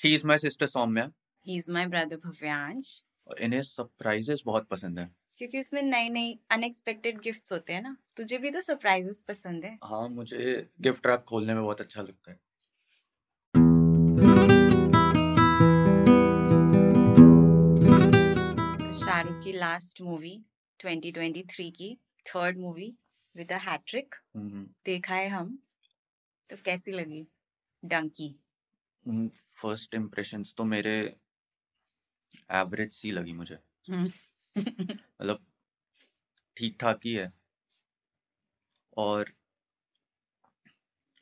She is my sister Saumya he is my brother Bhavyansh और इन्हें surprises बहुत पसंद है क्योंकि उसमें नई नई अनएक्सपेक्टेड गिफ्ट्स होते हैं ना तुझे भी तो सरप्राइजेस पसंद है हाँ मुझे गिफ्ट रैप खोलने में बहुत अच्छा लगता है शाहरुख की लास्ट मूवी 2023 की third movie with a hattrick hmm, देखा है हम तो कैसी लगी डंकी हम्म, फर्स्ट इम्प्रेशंस तो मेरे एवरेज सी लगी मुझे हम्म। मतलब ठीक ठाक ही है और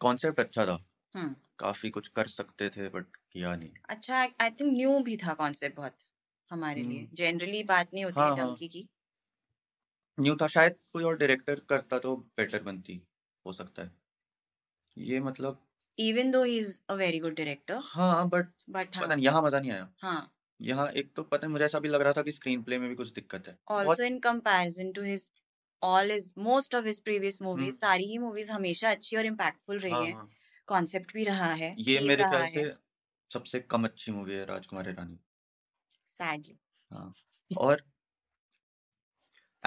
कॉन्सेप्ट अच्छा था हम्म। काफी कुछ कर सकते थे बट किया नहीं अच्छा आई थिंक न्यू भी था कॉन्सेप्ट बहुत हमारे लिए हम्म। जनरली बात नहीं होती हाँ, है हाँ। डंकी की न्यू था शायद कोई और डायरेक्टर करता तो बेटर बनती हो सकता है ये मतलब even though he is a very good director हाँ बट बट पता हाँ नहीं यहाँ मजा नहीं आया हाँ यहाँ एक तो पता है मुझे ऐसा भी लग रहा था कि स्क्रीन प्ले में भी कुछ दिक्कत है बहुत also in comparison to his all is most of his previous movies hmm. सारी ही मूवीज हमेशा अच्छी और इम्पैक्टफुल रही हाँ है हाँ कॉन्सेप्ट भी रहा है ये थीम मेरे रहा ख्याल है से सबसे कम अच्छी मूवी है राजकुमारी रानी सैडली हाँ और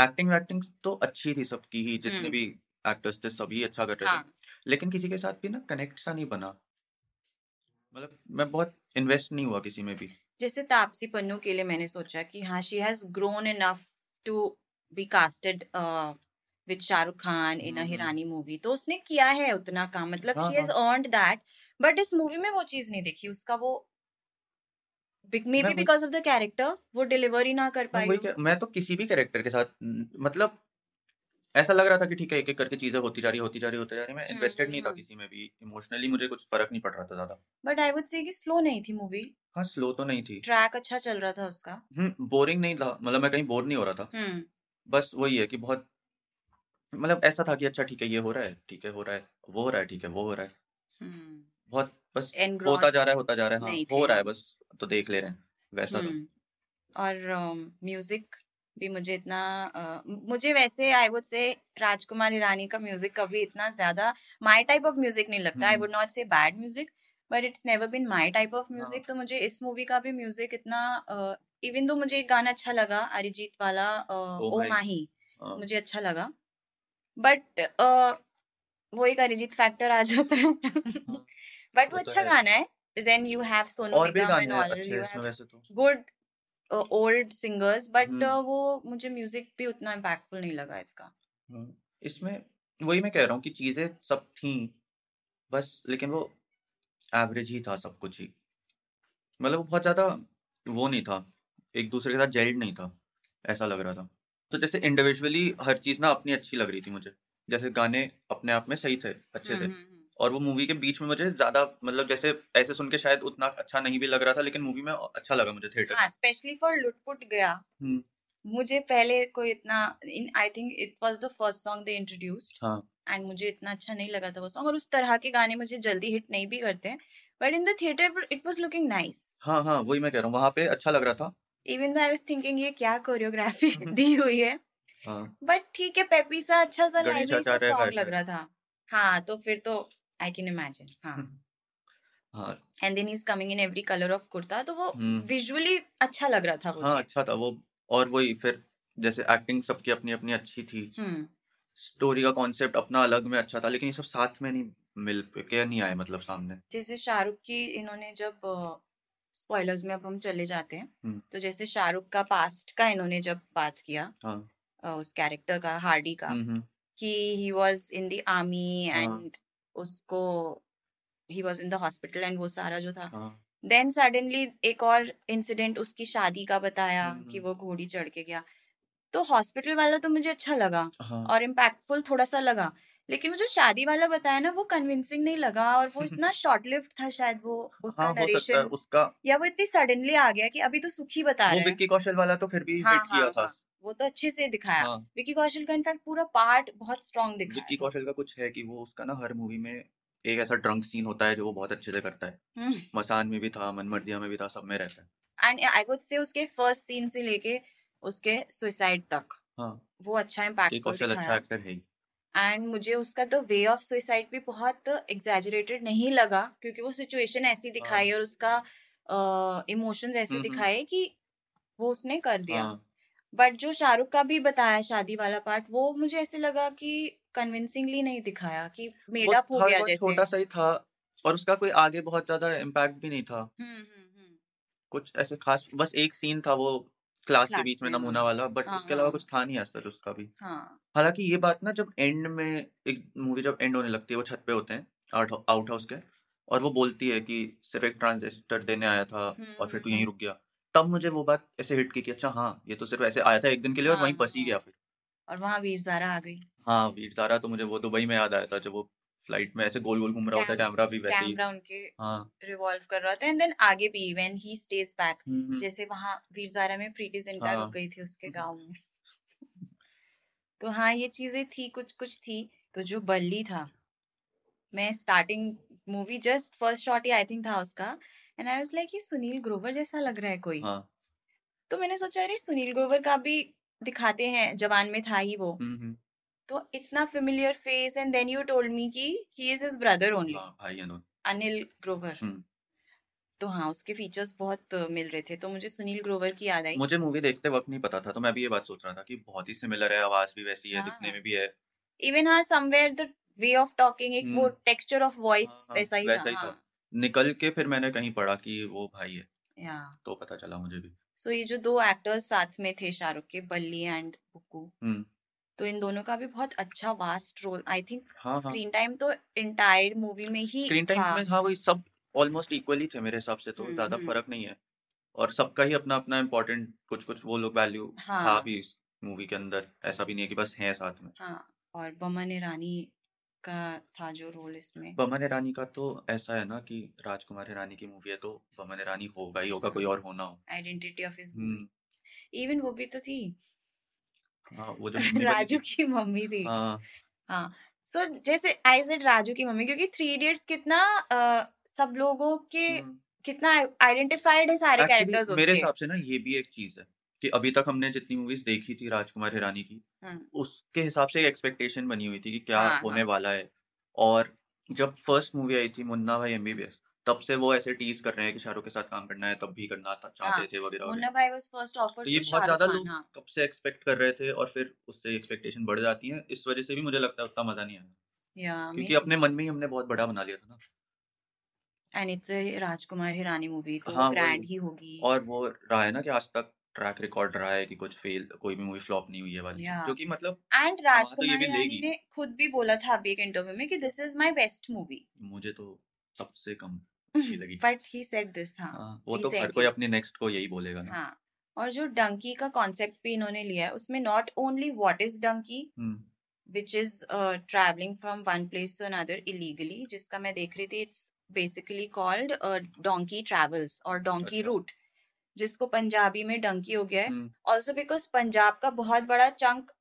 एक्टिंग वैक्टिंग तो अच्छी थी सबकी ही जितने हम्म। भी एक्टर्स थे सभी अच्छा कर रहे हाँ थे लेकिन किसी के साथ भी ना कनेक्ट सा नहीं बना मतलब मैं बहुत इन्वेस्ट नहीं हुआ किसी में भी जैसे तापसी पन्नू के लिए मैंने सोचा कि हाँ she has grown enough to be casted with Shahrukh Khan in a hmm. Hirani movie तो उसने किया है उतना काम मतलब हाँ, she has earned that but इस मूवी में वो चीज नहीं देखी उसका वो बिग मे बी मैं वो- बिकॉज ऑफ द कैरेक्टर वो डिलीवरी ना कर मैं पाई वही हो। कह- मैं तो किसी भी कैरेक्टर के साथ न- मतलब ऐसा लग रहा था कि ठीक है एक एक करके चीजें होती जा रही होती जा रही होती जा रही मैं हम्म, इन्वेस्टेड हम्म, नहीं था हम्म। किसी में भी इमोशनली मुझे कुछ फर्क नहीं पड़ रहा था ज्यादा बट आई वुड से कि स्लो नहीं थी मूवी हाँ स्लो तो नहीं थी ट्रैक अच्छा चल रहा था उसका हम्म बोरिंग नहीं था मतलब मैं कहीं बोर नहीं हो रहा था हम्म बस वही है कि बहुत मतलब ऐसा था कि अच्छा ठीक है ये हो रहा है ठीक है हो रहा है वो हो रहा है ठीक है वो हो रहा है हम्म बहुत बस होता जा रहा एनग्रॉस्ड है होता जा रहा है हाँ नहीं हो थे रहा है बस तो देख ले रहे हैं वैसा था हम्म और म्यूजिक भी मुझे इतना अ, म- मुझे वैसे I would say Rajkumar Hirani का म्यूजिक कभी इतना ज्यादा माय टाइप ऑफ म्यूजिक नहीं लगता I hmm would not say bad music but it's never been my type of हाँ म्यूजिक तो मुझे इस मूवी का भी म्यूजिक इतना इवन दो मुझे एक गाना अच्छा लगा अरिजीत वाला ओ ओ भाई माही Oh हाँ मुझे अच्छा लगा बट वो एक अरिजीत फैक्टर आ जाता है हाँ, बट वो तो वो अच्छा है गाना है देन यू हैव सोनू और भी निगम एंड गाने ऑल अच्छे हैं इसमें यू हैव वैसे तो good old singers but hmm वो मुझे म्यूजिक भी उतना इम्पैक्टफुल नहीं लगा इसका हम्म, इसमें वही मैं कह रहा हूँ कि चीजें सब थी बस लेकिन वो एवरेज ही था सब कुछ ही मतलब वो बहुत ज्यादा वो नहीं था एक दूसरे के साथ जेल्ड नहीं था ऐसा लग रहा था तो जैसे इंडिविजुअली हर चीज ना अपनी अच्छी लग रही थी मुझे जैसे गाने अपने आप में सही थे अच्छे हम्म थे हम्म, हम्म। और वो मूवी के बीच में मुझे ज्यादा मतलब जैसे ऐसे सुन के शायद उतना अच्छा नहीं भी लग रहा था लेकिन मूवी में अच्छा लगा मुझे थिएटर हाँ में स्पेशली फॉर लुटपुट गया हम्म मुझे पहले कोई इतना इन I think it was the first song they introduced हाँ एंड मुझे इतना अच्छा नहीं लगा था वो सॉन्ग और उस तरह के गाने मुझे जल्दी हिट नहीं भी करते हैं but in the theatre it was looking nice हाँ हाँ वही मैं कह रहा हूँ वहां पे अच्छा लग रहा था इवन आई वाज थिंकिंग ये क्या कोरियोग्राफी हम्म। दी हुई है हाँ बट ठीक है पेपी सा अच्छा सा गणेश लाइवली सा आचार्य का है सॉन्ग लग शायद रहा था हाँ तो फिर तो आई कैन इमेजिन हाँ हाँ and then is coming in every colour of kurta तो वो हम्म विजुअली अच्छा लग रहा था वो हाँ चीज अच्छा था वो और वही फिर जैसे एक्टिंग सबकी अपनी अपनी अच्छी थी हम्म स्टोरी का कॉन्सेप्ट अपना अलग में अच्छा था लेकिन ये सब साथ में नहीं मिल के नहीं आए मतलब सामने जैसे शाहरुख की इन्होंने जब स्पॉयलर्स में अब हम चले जाते हैं हम्म तो जैसे शाहरुख का पास्ट का इन्होंने जब बात किया हाँ अ, उस कैरेक्टर का हार्डी का हम्म हम्म कि he was in the army हाँ एंड उसको he was in the hospital and वो सारा जो था हाँ देन सडनली एक और इंसिडेंट उसकी शादी का बताया हम्म कि हम्म, वो घोड़ी चढ़ के गया तो हॉस्पिटल वाला तो मुझे अच्छा लगा हाँ और इम्पैक्टफुल थोड़ा सा लगा लेकिन वो जो शादी वाला बताया ना वो कन्विंसिंग नहीं लगा और वो इतना शॉर्ट लिफ्ट था शायद वो उसका हाँ हो सकता है नरेशन उसका या वो इतनी सडनली आ गया कि अभी तो सुखी बता वो रहे हैं विक्की कौशल वाला तो फिर भी हाँ हिट हाँ किया था हाँ वो तो अच्छे से दिखाया हाँ विकी कौशल का इनफैक्ट पूरा पार्ट बहुत स्ट्रांग दिखाया विक्की था कौशल का कुछ है कि वो उसका ना हर मूवी में एक ऐसा ड्रंक सीन होता है जो वो बहुत अच्छे से करता है हम्म, मसान में भी था मनमर्दिया में भी था सब में रहता है एंड आई वुड से उसके फर्स्ट सीन से लेके उसके सुसाइड तक हाँ वो अच्छा विक्की इम्पैक्टफुल कौशल अच्छा दिखाया एक्टर है ही एंड मुझे उसका तो द वे ऑफ सुसाइड भी बहुत एग्जैजरेटेड नहीं लगा क्योंकि वो सिचुएशन ऐसी दिखाई हाँ और उसका इमोशंस ऐसे हम्म, हम्म। दिखाए कि वो उसने कर दिया हाँ बट जो शाहरुख का भी बताया शादी वाला पार्ट वो मुझे ऐसे लगा कि कन्विंसिंगली नहीं दिखाया कि वो मेड अप हो था, गया वो जैसे छोटा सा ही था और उसका कोई आगे बहुत ज्यादा इम्पैक्ट भी नहीं था हम्म हम्म हम्म कुछ ऐसे खास बस एक सीन था वो क्लास के Class बीच में में, नमूना हाँ। वाला बट हाँ, उसके अलावा हाँ। कुछ था नहीं आज तक उसका भी हाँ हालांकि ये बात ना जब एंड में एक मूवी जब एंड होने लगती है वो छत पे होते हैं आउट आउट हाउस के और वो बोलती है कि सिर्फ एक ट्रांजिस्टर देने आया था हम्म और फिर तू हम्म, यहीं हम्म। रुक गया तब मुझे वो बात ऐसे हिट की कि अच्छा हाँ ये तो सिर्फ ऐसे आया था एक दिन के लिए और हाँ वहीं फंस ही हाँ गया फिर और वहां वीर ज़ारा आ गई हाँ वीर ज़ारा तो मुझे वो दुबई में याद आया था जब वो फ्लाइट में ऐसे गोल गोल घूम रहा होता है कैम कैमरा भी वैसे ही कैमरा उनके हाँ रिवॉल्व कर रहा था एंड देन आगे भी when he stage back hmm hmm, जैसे वहां वीर ज़ारा में प्रीटी जिंटा रुक हाँ गई थी उसके गांव में तो हाँ ये चीजें थी कुछ कुछ थी तो जो बल्ली था मैं starting movie just first shot ही आई थिंक था उसका एंड आई वाज लाइक ये सुनील ग्रोवर जैसा लग रहा है कोई हाँ तो मैंने सोचा अरे सुनील ग्रोवर का भी दिखाते हैं जवान में था ही वो हम्म हम्म, तो इतना familiar face and then you told me कि he is his brother only हाँ भाई अनून अनिल ग्रोवर हम्म तो हाँ उसके फीचर्स बहुत अ, मिल रहे थे तो मुझे सुनील ग्रोवर की याद आई मुझे मूवी देखते वक्त नहीं पता था तो मैं भी ये बात सोच रहा था कि बहुत ही सिमिलर है आवाज भी वैसी है दिखने हाँ में भी है इवन हाँ somewhere the way of talking एक वो हम्म टेक्सचर ऑफ वॉइस हाँ हाँ वैसा ही था वैसा ही हाँ था निकल के फिर मैंने कहीं पढ़ा कि वो भाई है या तो पता चला मुझे भी सो ये जो दो एक्टर्स साथ में थे शाहरुख के बल्ली एंड बुक्कू हम्म तो इन दोनों का भी बहुत अच्छा वास्ट रोल आई थिंक हाँ हाँ स्क्रीन टाइम तो एंटायर मूवी में ही स्क्रीन टाइम था में हाँ वही सब ऑलमोस्ट इक्वली थे मेरे हिसाब से तो हम्म ज्यादा हम्म फर्क नहीं है और सबका ही अपना अपना इम्पोर्टेंट कुछ कुछ वो लोग वैल्यू था हाँ भी इस मूवी के अंदर ऐसा भी नहीं है कि बस हैं साथ में हाँ और बमन ईरानी का था जो रोल इसमें बमन ईरानी का तो ऐसा है ना कि राजकुमार ईरानी की मूवी है तो बमन ईरानी होगा ही होगा कोई और होना हो आइडेंटिटी ऑफ इस मूवी हम्म इवन वो भी तो थी हाँ वो जो मम्मी बनी राजू थी की मम्मी थी हाँ हाँ सो जैसे आई सेड राजू की मम्मी क्योंकि थ्री इडियट्स कितना अ, सब लोगों के हम्म कितना आइडेंटिफाइड है सारे एक्चुअली कैरेक्टर्स मेरे उसके हिसाब से ना ये भी एक चीज है कि अभी तक हमने जितनी मूवीज देखी थी राजकुमार हिरानी की हम्म उसके हिसाब से एक एक्सपेक्टेशन बनी हुई थी कि क्या हाँ होने हाँ वाला है और जब फर्स्ट मूवी आई थी मुन्ना भाई एमबीबीएस तब से वो ऐसे टीज कर रहे हैं कि शाहरुख के साथ काम करना है तब भी करना था- चाहते हाँ थे वगैरह मुन्ना वगैरह भाई वाज फर्स्ट ऑफर्ड तो ये टू बहुत शाहरुख ज्यादा खान लोग हाँ कब से एक्सपेक्ट कर रहे थे और फिर उससे एक्सपेक्टेशन बढ़ जाती है इस वजह से भी मुझे लगता है उतना मजा नहीं आया या क्योंकि मेबी अपने मन में ही हमने बहुत बड़ा बना लिया था ना and it's Rajkumar Hirani movie तो वो हाँ वही ग्रैंड ही होगी और वो रहा है ना कि आज तक ट्रैक रिकॉर्ड रहा है कि कुछ फेल कोई भी मूवी फ्लॉप नहीं हुई है वाली या चीज जो कि मतलब एंड कमा तो ये राजकुमार भी हिरानी लेगी ने खुद भी बोला था अभी एक इंटरव्यू में कि this is my best movie मुझे तो सबसे कम अच्छी लगी बट ही सेड दिस हाँ हाँ वो तो हर कोई रिसेंटली अपने नेक्स्ट को यही बोलेगा ना हाँ और जो डंकी का कॉन्सेप्ट भी इन्होंने लिया है उसमें not only what is Dunki hmm which is travelling from one place to another illegally जिसका मैं देख रही थी इट्स बेसिकली कॉल्ड डोंकी ट्ravels और डोंकी अच्छा रूट जिसको पंजाबी में डंकी हो गया है हम्म ऑल्सो बिकॉज पंजाब का बहुत बड़ा चंक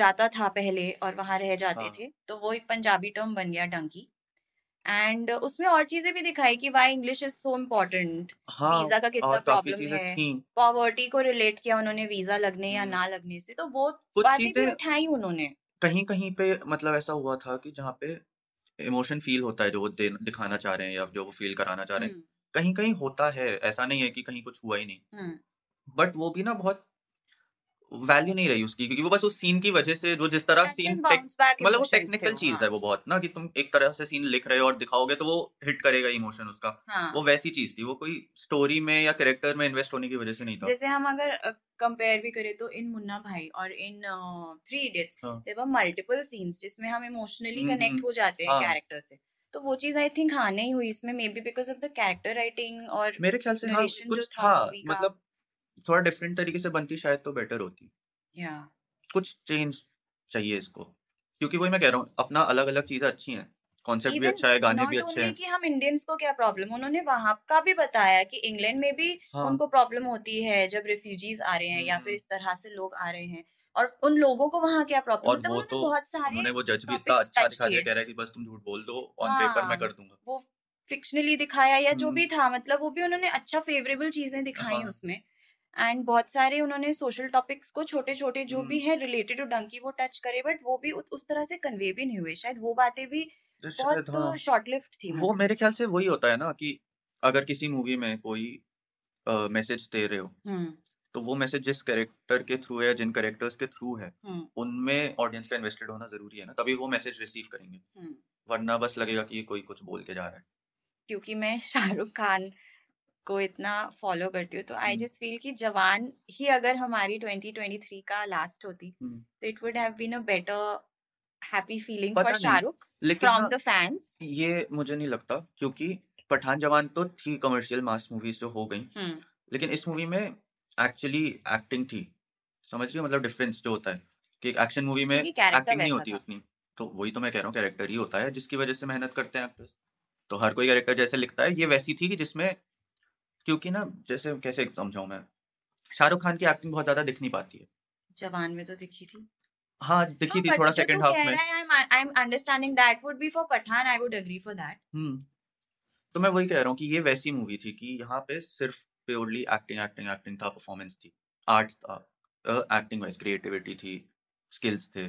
जाता था पहले और वहां रह जाते हाँ थे तो वो एक पंजाबी टर्म बन गया डंकी एंड उसमें और चीजें भी दिखाई कि why English is so important हाँ वीजा का कितना और काफी प्रॉब्लम चीजें है थी पॉवर्टी को रिलेट किया उन्होंने वीजा लगने या हम्म ना लगने से तो वो कुछ बातें भी चीजें उठाई उन्होंने कहीं कहीं पे मतलब ऐसा हुआ था कि जहाँ पे इमोशन फील होता है जो वो दे- दिखाना चाह रहे हैं या जो वो फील कराना चाह रहे हैं हम्म कहीं कहीं होता है ऐसा नहीं है कि कहीं कुछ हुआ ही नहीं हम्म बट वो भी ना बहुत वैल्यू नहीं रही उसकी क्योंकि वो बस उस सीन की वजह से जो जिस तरह touch scene and take bounce back मतलब वो इमोशंस थे टेक्निकल वो चीज हाँ है वो बहुत ना कि तुम एक तरह से सीन लिख रहे हो और दिखाओगे तो वो हिट करेगा इमोशन उसका वो हाँ वैसी चीज थी वो कोई स्टोरी में या कैरेक्टर में इन्वेस्ट होने की वजह से नहीं था जैसे हम अगर कंपेयर भी करें तो इन मुन्ना भाई और इन थ्री इडियट्स हाँ देयर वर मल्टीपल सीन्स जिसमें हम इमोशनली हम्म कनेक्ट हम्म हो जाते हैं हाँ कैरेक्टर से तो वो चीज आई थिंक हाँ नहीं हुई इसमें maybe because of the character writing और मेरे ख्याल से हाँ नरेशन जो कुछ था था मूवी का मतलब थोड़ा डिफरेंट तरीके से बनती शायद तो बेटर होती या कुछ चेंज चाहिए इसको क्योंकि वही मैं कह रहा हूँ अपना अलग अलग चीजें अच्छी हैं कॉन्सेप्ट भी इवन अच्छा है गाने भी नॉट अच्छे ओनली हैं कि हम इंडियंस को क्या प्रॉब्लम उन्होंने वहां का भी बताया कि इंग्लैंड में भी हाँ उनको प्रॉब्लम होती है जब रिफ्यूजीज आ रहे हैं या फिर हम्म इस तरह से लोग आ रहे हैं और उन लोगों को वहां क्या प्रॉब्लम और मतलब वो उन्होंने तो बहुत सारे उन्होंने वो जज भी इतना टॉपिक्स अच्छा टच दिखा दिया किए कह रहा है कि बस तुम झूठ बोल दो ऑन पेपर मैं हाँ कर दूंगा वो फिक्शनली दिखाया या जो हम्म भी था मतलब वो भी उन्होंने अच्छा फेवरेबल चीजें दिखाई हाँ उसमें एंड बहुत सारे उन्होंने सोशल टॉपिक्स को छोटे छोटे जो भी हम्म है रिलेटेड टू डंकी वो टच करे बट वो भी उत- उस तरह से कन्वे भी नहीं हुए शायद वो बातें भी तो शायद बहुत हाँ शॉर्ट लिफ्ट थी वो मूवी मेरे ख्याल से वही होता है ना कि अगर किसी मूवी में कोई मैसेज दे रहे हो हम्म तो वो मैसेज जिस कैरेक्टर के थ्रू है या जिन कैरेक्टर्स के थ्रू है हम्म उनमें ऑडियंस का इन्वेस्टेड होना जरूरी है ना तभी वो मैसेज रिसीव करेंगे हम्म वरना बस लगेगा कि ये कोई कुछ बोल के जा रहा है क्योंकि मैं शाहरुख खान को इतना फॉलो करती हूँ तो आई हम्म। जस्ट फील कि जवान ही अगर हमारी 2023 का लास्ट होती हम्म। तो it would have been a better happy feeling पता फॉर नहीं, शाहरुख लेकिन फ्रॉम ना, द फैंस ये मुझे नहीं लगता क्योंकि पठान जवान तो थी कमर्शियल मास मूवीज जो हो गई हम्म। लेकिन इस मूवी में एक्चुअली एक्टिंग थी समझ रही हो? मतलब डिफरेंस जो होता है कि एक एक्शन मूवी में क्योंकि character एक्टिंग नहीं वैसा होती था। उतनी तो वही तो मैं कह रहा हूँ कैरेक्टर ही होता है जिसकी वजह से मेहनत करते हैं एक्टर्स तो हर कोई कैरेक्टर जैसे लिखता है ये वैसी थी कि जिसमें क्योंकि ना जैसे कैसे समझाऊं मैं शाहरुख खान की एक्टिंग बहुत ज्यादा दिख नहीं पाती है जवान में तो दिखी थी तो हाँ दिखी थी थोड़ा सेकंड हाफ में I am understanding that would be for Pathaan I would agree for that hmm तो मैं वही कह रहा हूँ कि ये वैसी मूवी थी कि यहाँ पे सिर्फ प्योरली एक्टिंग एक्टिंग एक्टिंग था परफॉर्मेंस थी आर्ट था एक्टिंग वाइज क्रिएटिविटी थी स्किल्स थे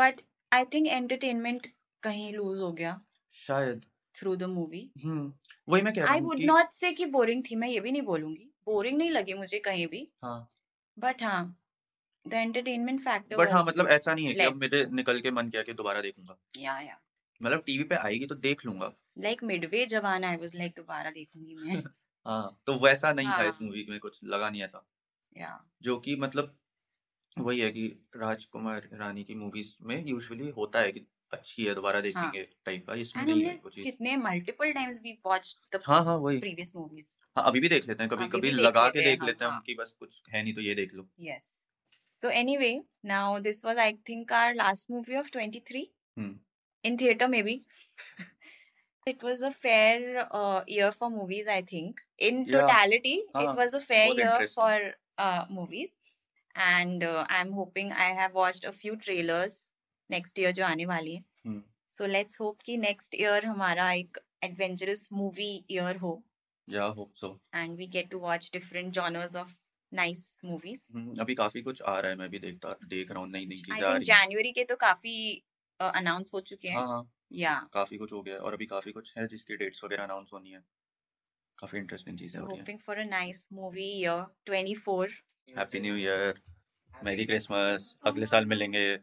बट आई थिंक एंटरटेनमेंट कहीं लूज हो गया शायद थ्रू द मूवी हम्म वही मैं कह रहा आई हूँ वुड कि नॉट से कि बोरिंग थी मैं ये भी नहीं बोलूंगी बोरिंग नहीं लगी मुझे कहीं भी हाँ बट हाँ द एंटरटेनमेंट फैक्टर बट हाँ मतलब ऐसा नहीं है कि अब तो less. मेरे निकल के मन किया कि दोबारा देखूंगा या या मतलब टीवी पे आएगी तो देख लूंगा like midway Jawan I was like दोबारा देखूंगी मैं हाँ तो वैसा नहीं था इस हाँ। मूवी में कुछ लगा नहीं ऐसा या जो कि मतलब वही है कि राजकुमार रानी की मूवीज में यूजुअली होता है कि अच्छी है हाँ। दोबारा देखेंगे टाइप का इसमें एंड नहीं है हमने कुछ कितने multiple times we watch the हाँ हाँ वही प्रीवियस मूवीज हाँ अभी भी देख लेते हैं कभी अभी कभी भी देख लगा लेते के हैं देख हम, लेते हैं हाँ। हम कि बस कुछ है नहीं तो ये देख लो Yes. So anyway, now this was I think our last movie of 23 hmm in theater maybe. it was a fair uh, year for movies I think. In Yeah. totality, Ah, it was a fair both year interesting. for uh, movies and uh, I'm hoping I have watched a few trailers next year जो आने वाली है. हम्म So let's hope कि next year हमारा एक adventurous movie year हो या hope so and we get to watch different genres of nice movies. हम्म, अभी काफी कुछ आ रहा है मैं भी देखता देख रहा हूँ नई नई चीजें अच्छा, आई आ थिंक रही हैं जनवरी के तो काफी अनाउंस हो चुके हाँ हैं हाँ या काफी कुछ हो गया है और अभी काफी कुछ है जिसकी डेट्स वगैरह अनाउंस होनी है काफी इंटरेस्टिंग चीजें सो हो रही हैं hoping for a nice movie year 24 happy new year merry Christmas अगले साल मिलेंगे